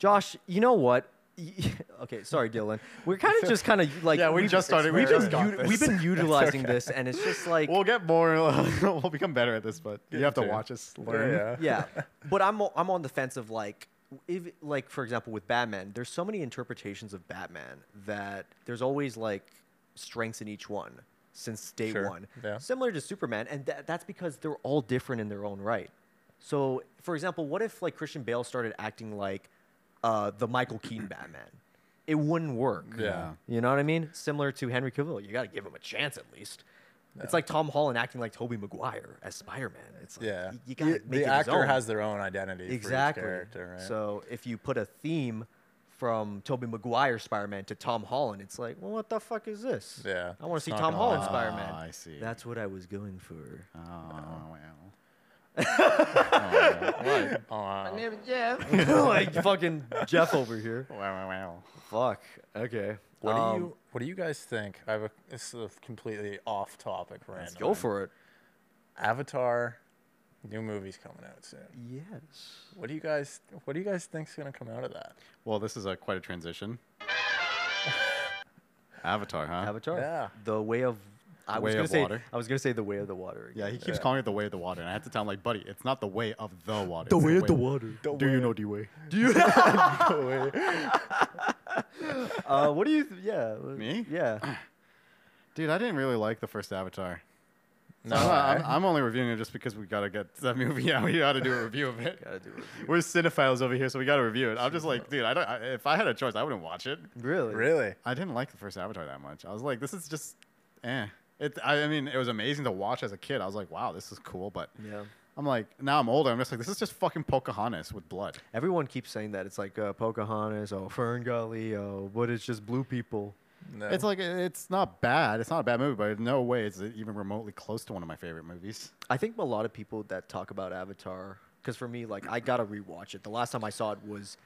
Josh, you know what? Y- (laughs) okay, sorry, Dylan. We're kind of just kind of like
Yeah, we
we've-
just started- we
We've
just
been
got
ut-
this. (laughs)
we've been utilizing this, and it's just like
We'll get more. (laughs) we'll become better at this, but you have to
to it.
watch us learn.
yeah. But I'm o- I'm on the fence of like if like for example with Batman, there's so many interpretations of Batman that there's always like strengths in each one since day
Sure,
one.
yeah.
Similar to Superman, and tha- that's because they're all different in their own right. So, for example, what if like Christian Bale started acting like uh, the Michael Keaton Batman? It wouldn't work.
Yeah.
You know what I mean? Similar to Henry Cavill, you got to give him a chance at least. It's like Tom Holland acting like Toby Maguire as Spider-Man. It's like
Yeah.
y- you got to
The-
make
the
it his
actor
own.
has their own identity.
exactly.
For each character, right?
So if you put a theme from Toby Maguire Spider-Man to Tom Holland, it's like, well, what the fuck is this?
Yeah,
I want to
it's
see
not
Tom
gonna Ah,
Holland
last.
Spider-Man.
Ah, I see.
That's what I was going for.
Oh, wow.
(laughs) Uh,
My name is Jeff.
(laughs) like fucking Jeff
(laughs)
over here.
Wow, wow, wow.
Fuck. Okay.
what do
Um,
you What do you guys think? I have a this is a completely off topic random.
Let's go for it.
Avatar. New movie's coming out soon.
Yes.
What do you guys What do you guys think's gonna come out of that?
Well, this is a quite a transition. Avatar, huh?
Avatar.
Yeah.
The way of. I
Uh, Way
was gonna
of
say.
water.
I was gonna say the way of the water.
Yeah,
again.
he keeps calling it the way of the water, and I had to tell him like, buddy, it's not the way of the water.
The
it's
way of the water.
Do you know
the way?
Do you? (laughs) uh, what do you? Th- yeah.
(laughs)
what-
Me? (clears throat)
Yeah.
Dude, I didn't really like the first Avatar. So
No,
I'm, I'm,
Uh,
I-
I'm only reviewing it just because we gotta get that movie (laughs) out. We gotta do a review of
(laughs)
it.
Gotta do it.
We're cinephiles over here, so we gotta review it. I'm just like, dude, I don't. I, if I had a choice, I wouldn't watch it.
Really?
Really?
I didn't like the first Avatar that much. I was like, this is just, eh. It. I, I mean, it was amazing to watch as a kid. I was like, wow, this is cool. But
Yeah.
I'm like, now I'm older. I'm just like, this is just fucking Pocahontas with blood.
Everyone keeps saying that. It's like uh, Pocahontas, oh, Ferngully, oh, but it's just blue people.
No.
It's like it's not bad. It's not a bad movie, but in no way is it even remotely close to one of my favorite movies.
I think a lot of people that talk about Avatar, because for me, like, I gotta rewatch it. The last time I saw it was,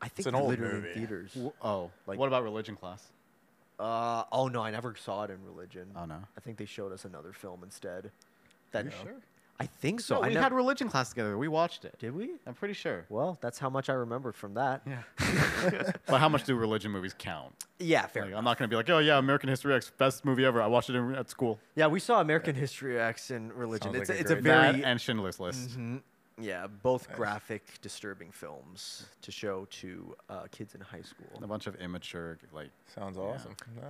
I think,
an old
literally
movie.
in theaters.
oh,
Like-
what about Religion Class?
Uh, oh no, I never saw it in religion.
Oh, no?
I think they showed us another film instead. That
you sure?
I think so. I
we
nev-
had Religion Class together. We watched it.
Did we?
I'm pretty sure.
Well, that's how much I remember from that.
(laughs) Yeah. but how much do religion movies count?
Yeah, fair.
Like,
enough.
I'm not gonna be like, oh yeah, American History X, best movie ever. I watched it in, at school.
yeah, we saw American History X in religion.
Sounds like
it's
a
a, it's a
great-
That
very
and Schindler's List.
Mhm. yeah, both graphic, disturbing films to show to uh, kids in high
A
school.
bunch of immature like
Sounds awesome. No.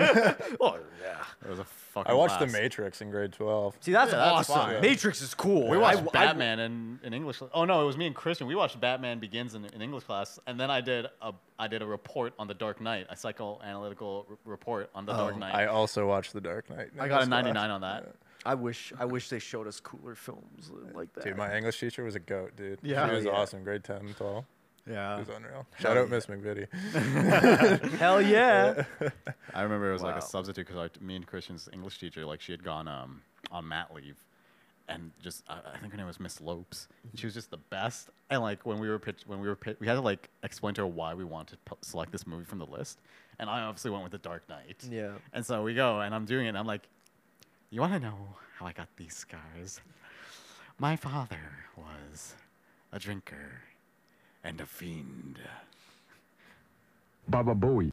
Oh yeah.
it was a fucking.
I watched The
blast.
Matrix in grade 12.
See, that's
Yeah, that's
awesome.
fine.
Matrix is cool.
We
I
watched
w- I w-
Batman in, in English. Oh no, it was me and Christian. We watched Batman Begins in, in English class, and then I did a I did a report on The Dark Knight, a psychoanalytical r- report on The Dark Knight.
Oh, Um, I uh, also watched The Dark Knight.
I, got a
That's
99 on that.
I wish I wish they showed us cooler films like that.
Dude, my English teacher was a goat, dude.
Yeah.
She was
Yeah.
awesome. Grade 10 and 12. It
Yeah,
was unreal. Shout out Miss McVitie.
(laughs)
(laughs)
Hell yeah.
I remember it was like
Wow.
a substitute because like me and Christian's English teacher, like she had gone um on mat leave, and just I, I think her name was Miss Lopes. And she was just the best. And like when we were pitch, when we were pitch, we had to like explain to her why we wanted to p- select this movie from the list, and I obviously went with The Dark Knight.
Yeah.
And so we go, and I'm doing it, and I'm like, you want to know how I got these scars? My father was a drinker and a fiend.
Baba Bowie.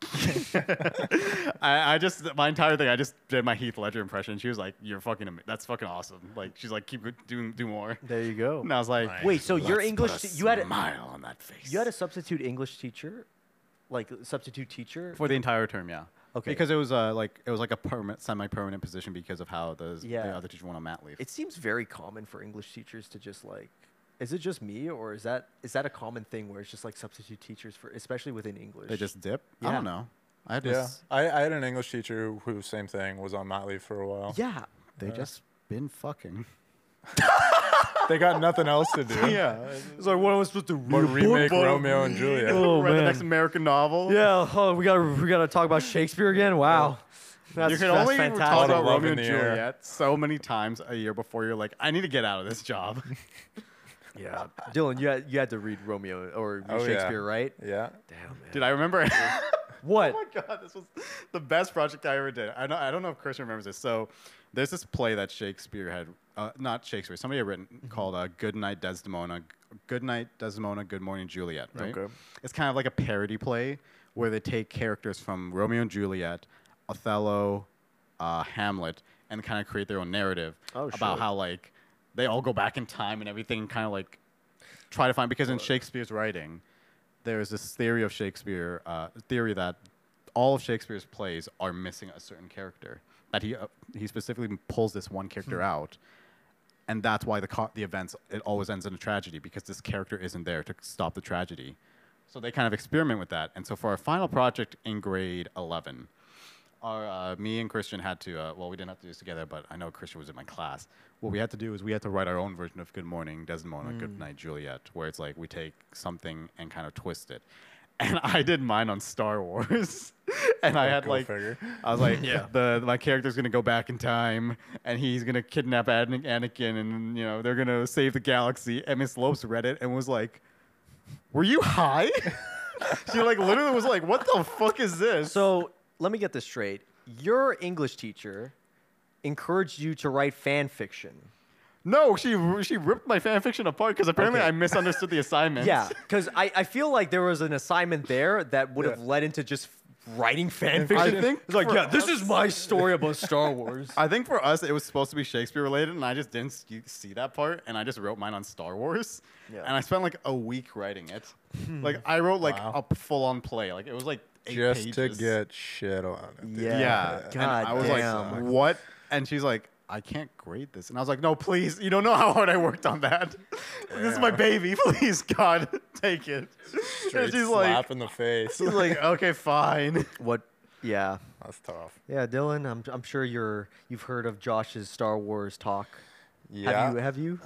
I, I just my entire thing. I just did my Heath Ledger impression. She was like, "You're fucking. ama- That's fucking awesome." Like she's like, "Keep go- do do (laughs) more."
There you go.
And I was like,
Wait, so your
"Let's
English
put a
t- you had a-
smile on that face.
You had a substitute English teacher, like substitute teacher.
for the entire term, yeah.
Okay.
Because it was uh, like it was like a permanent, semi-permanent position because of how the, the
Yeah.
other teacher went on mat leave.
it seems very common for English teachers to just like. Is it just me, or is that is that a common thing where it's just like substitute teachers for, especially within English?
they just dip. I
Yeah.
don't know. I had
Yeah.
this.
I, I had an English teacher who, same thing, was on mat leave for a while.
yeah.
They just been fucking.
They got nothing else to do.
(laughs) Yeah.
It's like what am I supposed to
But remake
(laughs)
Romeo and Juliet.
Oh,
Read the
man.
next American novel.
Yeah. Oh, we got we got to talk about Shakespeare again. Wow. That's,
you can
that's
only
fantastic.
talk
Lot
about
of love
Romeo
in
and
the air.
Juliet so many times a year before you're like, I need to get out of this job. (laughs)
yeah. Dylan, you had, you had to read Romeo or
Oh, yeah.
Shakespeare, right?
Yeah.
Damn man.
Dude, I remember. (laughs)
What?
Oh my god, this was the best project I ever did. I know I don't know if Christian remembers this. So there's this play that Shakespeare had, uh, not Shakespeare, somebody had written
Mm-hmm.
called uh, "Good Night Desdemona," "Good Night Desdemona," "Good Morning Juliet." Right?
Okay.
It's kind of like a parody play where they take characters from Romeo and Juliet, Othello, uh, Hamlet, and kind of create their own narrative
Oh,
about
sure.
how like they all go back in time and everything, kind of like try to find because in Shakespeare's writing, there's this theory of Shakespeare, uh, theory that all of Shakespeare's plays are missing a certain character. That he uh, he specifically pulls this one
Hmm.
character out, and that's why the co- the events it always ends in a tragedy because this character isn't there to stop the tragedy. So they kind of experiment with that. And so for our final project in grade eleven, our uh, me and Christian had to uh, well we didn't have to do this together, but I know Christian was in my class. What we had to do is we had to write our own version of Good Morning Desdemona, Good Night Juliet, where it's like we take something and kind of twist it. (laughs) and I did mine on Star Wars. (laughs) and I had
Go
like
figure.
I was like, the my character's gonna go back in time, and he's gonna kidnap Ana- Anakin, and you know they're gonna save the galaxy. And Miss Lopes read it and was like, "Were you high?" (laughs) she like literally was like, "What the fuck is this?"
So let me get this straight. Your English teacher encouraged you to write fan fiction.
no, she she ripped my fan fiction apart because apparently
Okay.
I misunderstood the assignment.
Yeah, because I, I feel like there was an assignment there that would have led into just writing fan fiction.
I think
it's like,
for
yeah, this is my story about Star Wars.
I think for us, it was supposed to be Shakespeare related, and I just didn't s- you see that part, and I just wrote mine on Star Wars,
Yeah. Hmm.
and I spent like a week writing it. like I wrote like
Wow.
a full on play, like it was like eight
Just to
pages.
get shit on. It, dude. (laughs)
Yeah.
yeah. And
God
I was like,
damn.
what? And she's like, I can't grade this, and I was like, no, please, you don't know how hard I worked on that. (laughs) this is my baby, (laughs) please, God, (laughs) take it.
Straight
and she's
slap
like,
in the
(laughs)
face.
she's like, okay, fine.
(laughs)
What? Yeah,
That's tough.
yeah, Dylan. I'm, I'm sure you're you've heard of Josh's Star Wars talk.
Yeah.
Have you? Have you?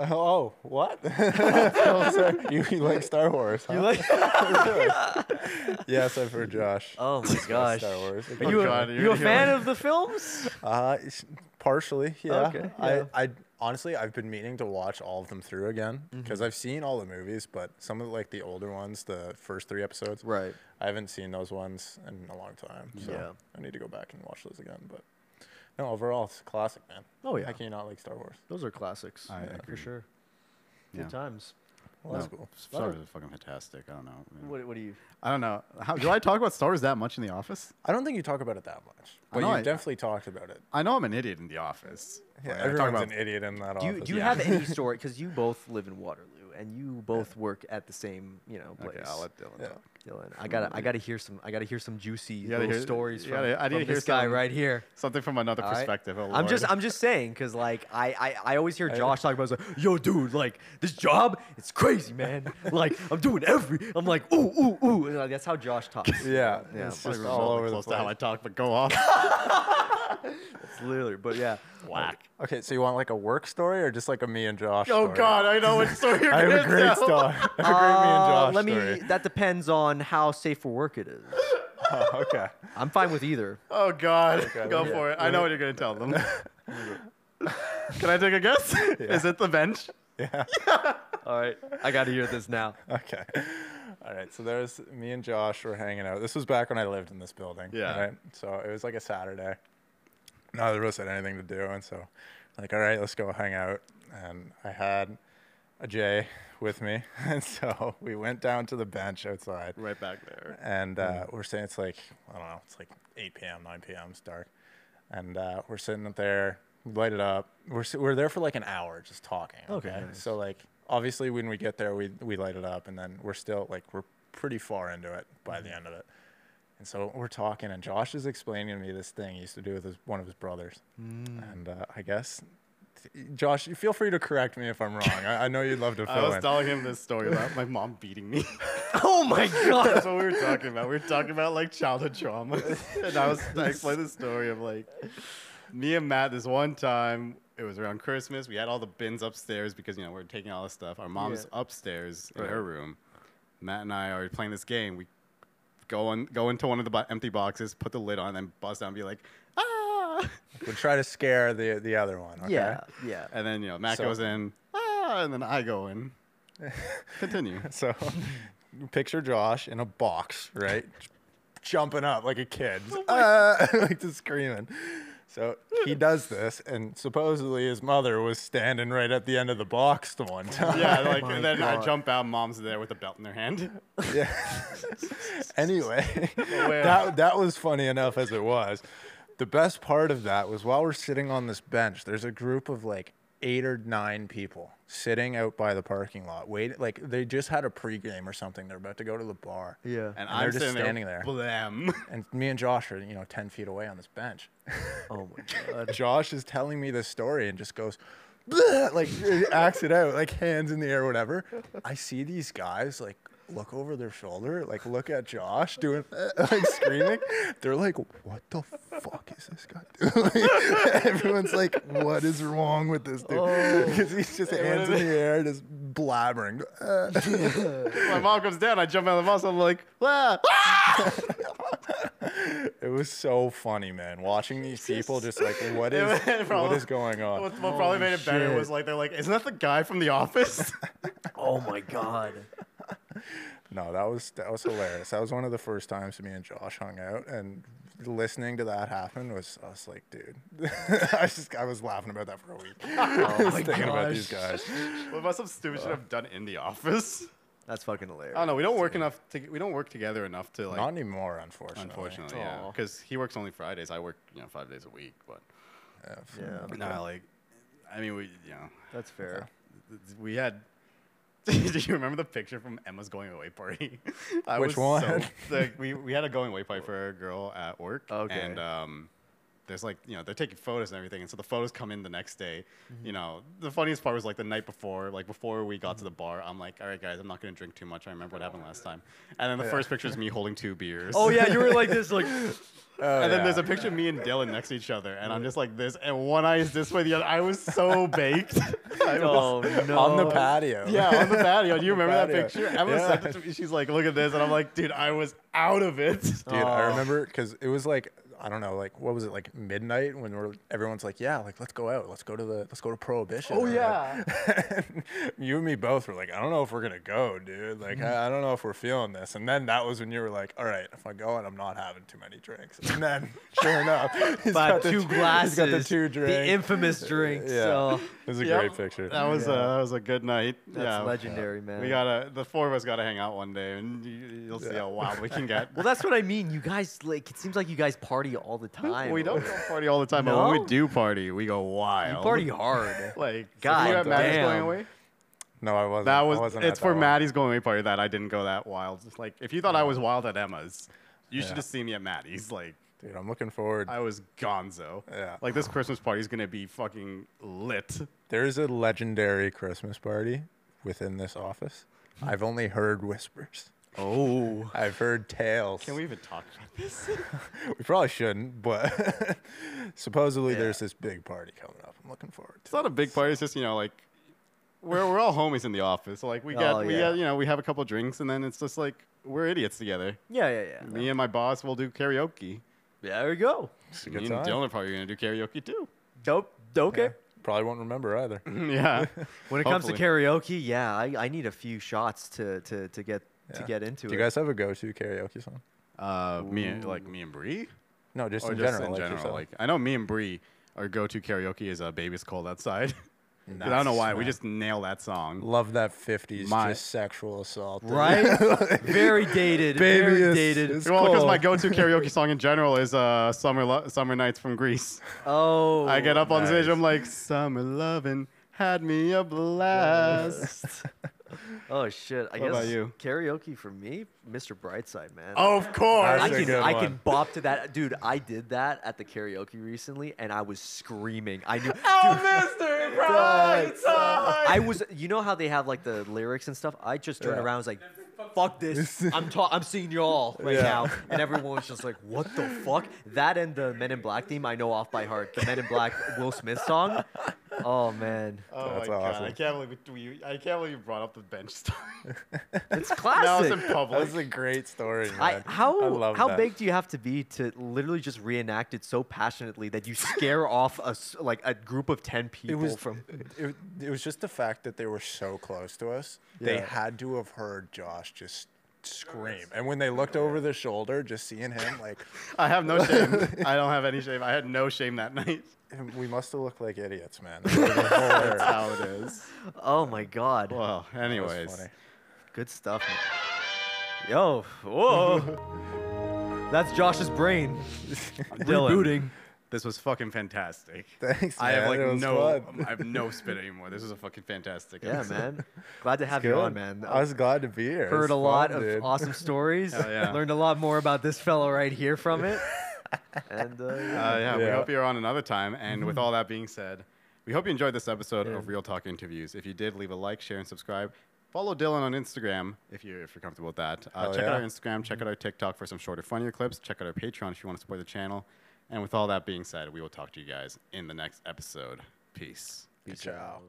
(laughs) Oh,
(laughs)
what? Oh, sorry. you, you like Star Wars? Huh? (laughs)
(laughs)
yes, I've heard Josh.
Oh my gosh.
Star Wars.
Are you,
Oh God,
a,
you're
you a
the
fan
only-
of the films?
Uh, s- partially, yeah.
Okay, yeah.
I, I honestly, I've been meaning to watch all of them through again
Mm-hmm.
because I've seen all the movies, but some of like the older ones, the first three episodes,
Right.
I haven't seen those ones in a long time. So
Yeah.
I need to go back and watch those again. But no, overall, it's a classic, man.
Oh, yeah.
How can you not like Star Wars?
Those are classics.
I
for
agree.
sure.
Yeah.
Good times.
Well, that's cool.
Star Wars is fucking fantastic. I don't know.
What, what do you?
I don't know. How, do I talk about Star Wars that much in the office?
I don't think you talk about it that much,
I
but
know
you
I-
definitely talked about it.
I know I'm an idiot in the office.
Yeah,
Like, I talk
everyone's
about-
an idiot in
Oh,
that
Do you,
office.
do you
(laughs)
have any story? Because you both live in Waterloo and you both work at the same you know place.
Okay, I'll let Dylan
(laughs) Yeah.
talk.
Dylan, I gotta I gotta hear some I gotta hear some juicy
gotta
little
hear-
stories
you
from,
gotta- I need
from
to hear
this guy
some
right here.
Something from another
All right?
perspective. Oh,
I'm just
Lord.
I'm just saying because like I, I I always hear Josh talk about it's like yo dude like this job it's crazy man (laughs) like I'm doing every I'm like ooh ooh ooh and like, that's how Josh talks
Yeah,
Yeah,
it's
Probably
just
remotely
all over the
close to how I
place.
talk, but go
(laughs)
off.
it's literally but yeah
Whack.
Okay, so you want like a work story or just like a me and Josh?
Oh
story?
God, I know which story you're
I have
gonna
a great
tell.
story. (laughs) I have a great
Uh,
me
let
and Josh
me
story.
that depends on how safe for work it is
Oh, okay.
I'm fine with either
Oh God, (laughs) go
let me-
for it. I know what you're gonna tell
(laughs)
them. Can I take a guess? Is it the bench?
Yeah.
all right I gotta hear this now
(laughs) Okay. All right. So there's me and Josh were hanging out. This was back when I lived in this building.
Yeah.
Right. So it was like a Saturday. Neither of us had anything to do, and so like, all right, let's go hang out. And I had a Jay with me, (laughs) and so we went down to the bench outside.
Right back there.
and uh, we're sitting. It's like I don't know. It's like 8 p.m., 9 p.m. It's dark, and uh, we're sitting up there, light it up. We're si- we're there for like an hour just talking. Okay. So like obviously when we get there, we we light it up, and then we're still like we're pretty far into it by the end of it. And so we're talking, and Josh is explaining to me this thing he used to do with his, one of his brothers. And uh, I guess, Josh, you feel free to correct me if I'm wrong. I, I know you'd love to fill
I was
in.
telling him this story about my mom beating me.
oh my god
That's what we were talking about. We were talking about like childhood trauma. and I was I explained the story of like me and Matt this one time. It was around Christmas. We had all the bins upstairs because you know we're taking all this stuff. Our mom's upstairs in her room. Matt and I are playing this game. We go on go into one of the bo- empty boxes, put the lid on, and bust down and be like, ah.
We'll try to scare the the other one. Okay?
(laughs) yeah yeah
And then you know Matt
So-
goes in, ah, and then I go
(laughs)
in. Continue.
So (laughs) picture Josh in a box, right? Jumping up like a kid, uh, (laughs) like just screaming. So he does this, and supposedly his mother was standing right at the end of the box the one
(laughs)
time.
(laughs)
Yeah, like
Oh my
and then I
God.
jump out. Mom's there with a belt in her hand.
Yeah. anyway,
wow.
that, that was funny enough as it was. The best part of that was while we're sitting on this bench, there's a group of like eight or nine people sitting out by the parking lot. Wait, like they just had a pregame or something. They're about to go to the bar.
yeah
And,
And
I'm
they're just
sitting
standing
there.
there. (laughs)
Blam. (laughs)
And me and Josh are, you know, 10 feet away on this bench.
(laughs)
Uh,
oh my god
Josh is telling me this story and just goes, (laughs) "Bleh," like acts it out, like hands in the air, whatever. I see these guys like look over their shoulder, like look at Josh doing (laughs) like screaming. They're like, "What the fuck is this guy doing?" (laughs) Everyone's like, "What is wrong with this dude?"
Oh.
Because he's just hands in the air, just blabbering.
My mom comes down. I jump out of the bus. I'm like, ah!
it was so funny, man. Watching these people, just like, what is what is going on?
What, what probably made it better was
shit.
like they're like, "Isn't that the guy from The
(laughs)
Office?" (laughs)
Oh my god.
No, that was that was hilarious. That was one of the first times me and Josh hung out, and listening to that happen was I was like, dude, (laughs) I was just I was laughing about that for
(laughs)
a week.
Oh
I was thinking about these guys.
what about some stupid shit I've done in The Office?
That's fucking hilarious.
I don't know. We don't work enough. To, we don't work together enough to like.
Not anymore, unfortunately.
unfortunately, yeah.
Aw.
Because he works only Fridays. I work, you know, five days a week. But
Yeah, f-
Yeah.
nah, like, I mean, we, you know,
That's fair.
th- we had. (laughs) Do you remember the picture from Emma's going away party? (laughs) I
Which
was so-
one?
like, we we had a going away party for our girl at work.
Okay.
And um, there's like you know they're taking photos and everything, and so the photos come in the next day. You know the funniest part was like the night before, like before we got to the bar, I'm like, all right guys, I'm not gonna drink too much. I remember what happened last time. And then the first picture is me holding two beers.
Oh yeah, you were like
(laughs)
this, like
(laughs)
Oh,
And then
yeah.
there's a picture of me and Dylan next to each other, and I'm just like this, and one eye is this way, the other. I was so baked. (laughs) I was-
oh
(laughs)
(laughs)
no.
on the patio.
yeah, on the
(laughs)
patio. Do you remember that
patio.
picture? Emma sent it to me. She's like, "Look at this," and I'm like, "Dude, I was out of it."
Dude, I
Aw.
remember because it was like I don't know, like what was it like midnight when we're everyone's like, yeah, like let's go out, let's go to the, let's go to Prohibition.
Oh,
or whatever." (laughs) you and me both were like, I don't know if we're gonna go, dude.
Mm-hmm.
Like I, I don't know if we're feeling this. And then that was when you were like, all right, if I go and I'm not having too many drinks. And then (laughs)
(laughs)
sure enough, (laughs) he's
By
got the-
two
He's
glasses.
got the two
The
drinks. (laughs)
infamous drinks.
Yeah.
So
it was a
Yep.
great picture.
That was a that was a good night.
that's
yeah.
legendary, man.
We gotta the four of us gotta hang out one day, and you, you'll see how wild we can
(laughs)
get.
well, that's what I mean. You guys like. It seems like you guys party all the time.
we don't go party all the time, but when
No?
we do party, we go
You
wild.
(laughs) party
(laughs)
hard. (laughs)
like
God
you at Maddie's
damn.
going away.
No, I wasn't.
That
I
was
wasn't at
it's for
that one.
Maddie's going away party that I didn't go that wild. It's like if you thought I was wild at Emma's, you
Yeah.
should have seen me at Maddie's. Like
Dude, I'm looking forward.
I was gonzo.
Yeah.
Like this Christmas party is gonna be fucking lit.
There's a legendary Christmas party within this office. I've only heard whispers.
oh.
I've heard tales.
Can we even talk about this?
We probably shouldn't, but (laughs) supposedly there's this big party coming up. I'm looking forward
It's
to. it.
not a big party. It's just you know like we're we're all homies in the office. So, like we get
Oh,
we
yeah.
get, you know we have a couple drinks and then it's just like we're idiots together.
Yeah, yeah, yeah.
Me and my boss will do karaoke.
There we go.
It's a
Me
good
and
time.
Dylan are probably gonna do karaoke (laughs) too.
Dope. Okay.
Yeah. Probably won't remember either.
Mm-hmm.
yeah.
When it comes to karaoke, yeah, I, I need a few shots to to, to get to
Yeah.
get into
Do you
it.
guys have a go-to karaoke song?
Uh, me and like me and Bree.
No, just
Oh,
or
in
just
general.
in
like
general.
yourself.
Like I know me and Bree, our go-to karaoke is uh, "Baby's Cold Outside." (laughs) 'Cause I don't know
Nice,
why. We
man.
just nail that song.
love that 50s
My-
just sexual assault. (laughs)
right? very dated.
Baby,
very
it's-
dated.
it's-
Well, because my
cold. (laughs)
go-to karaoke song in general is uh, "Summer Lo- Summer Nights" from Greece.
oh.
I get up on stage.
nice.
I'm like, "Summer loving had me a blast."
(laughs)
Oh shit. I
What
guess
about you?
karaoke for me, Mr. Brightside, man.
of course.
I
Oh, That's a
can
good
I
one.
can bop to that, dude. I did that at the karaoke recently, and I was screaming. I knew. (laughs)
Mr. Brightside.
I was, you know how they have like the lyrics and stuff. I just turned
Yeah.
around, and was like, "Fuck this! I'm ta- I'm seeing y'all right
Yeah.
now," and everyone was just like, "What the fuck?" That and the Men in Black theme I know off by heart. The Men in Black Will Smith song. Oh man,
Oh
That's
my
awesome.
god! I can't believe we, we, I can't believe you brought up the bench (laughs) story.
it's
now it's in
classic.
public.
That's a great story. Man.
I, how
I love
how
that.
big do you have to be to literally just reenact it so passionately that
(laughs)
you scare off a s- like a group of ten people from?
it, it was just the fact that they were so close to us they
Yeah.
had to have heard josh just scream and when they looked over their shoulder just seeing him like
I have no
(laughs)
shame. I don't have any shame. I had no shame that night.
we must have looked like idiots
(laughs)
man It was hilarious.
That's how it is.
Oh my
(laughs)
god,
Well,
It was
anyways,
funny.
good stuff. Man. Yo, whoa,
(laughs)
that's Josh's brain
Dylan.
rebooting.
this was fucking fantastic.
thanks
I
man.
have like
it was
no,
fun.
I have no
(laughs)
spit anymore. This was a fucking fantastic.
Yeah,
episode.
man. Glad to have you
Good.
on, man.
i was glad to be here It was
Heard a lot
fun,
of
dude. (laughs)
awesome stories.
Hell yeah.
Learned a lot more about this fellow right here from it. And uh, yeah.
Uh, yeah, we
Yeah.
hope you're on another time. And
(laughs)
with all that being said, we hope you enjoyed this episode of Real Talk Interviews. If you did, leave a like, share, and subscribe. Follow Dylan on Instagram if you if you're comfortable with that. Uh,
Hell
check out
yeah.
our Instagram. Check out our TikTok for some shorter, funnier clips. Check out our Patreon if you want to support the channel. And with all that being said, we will talk to you guys in the next episode. Peace.
Ciao.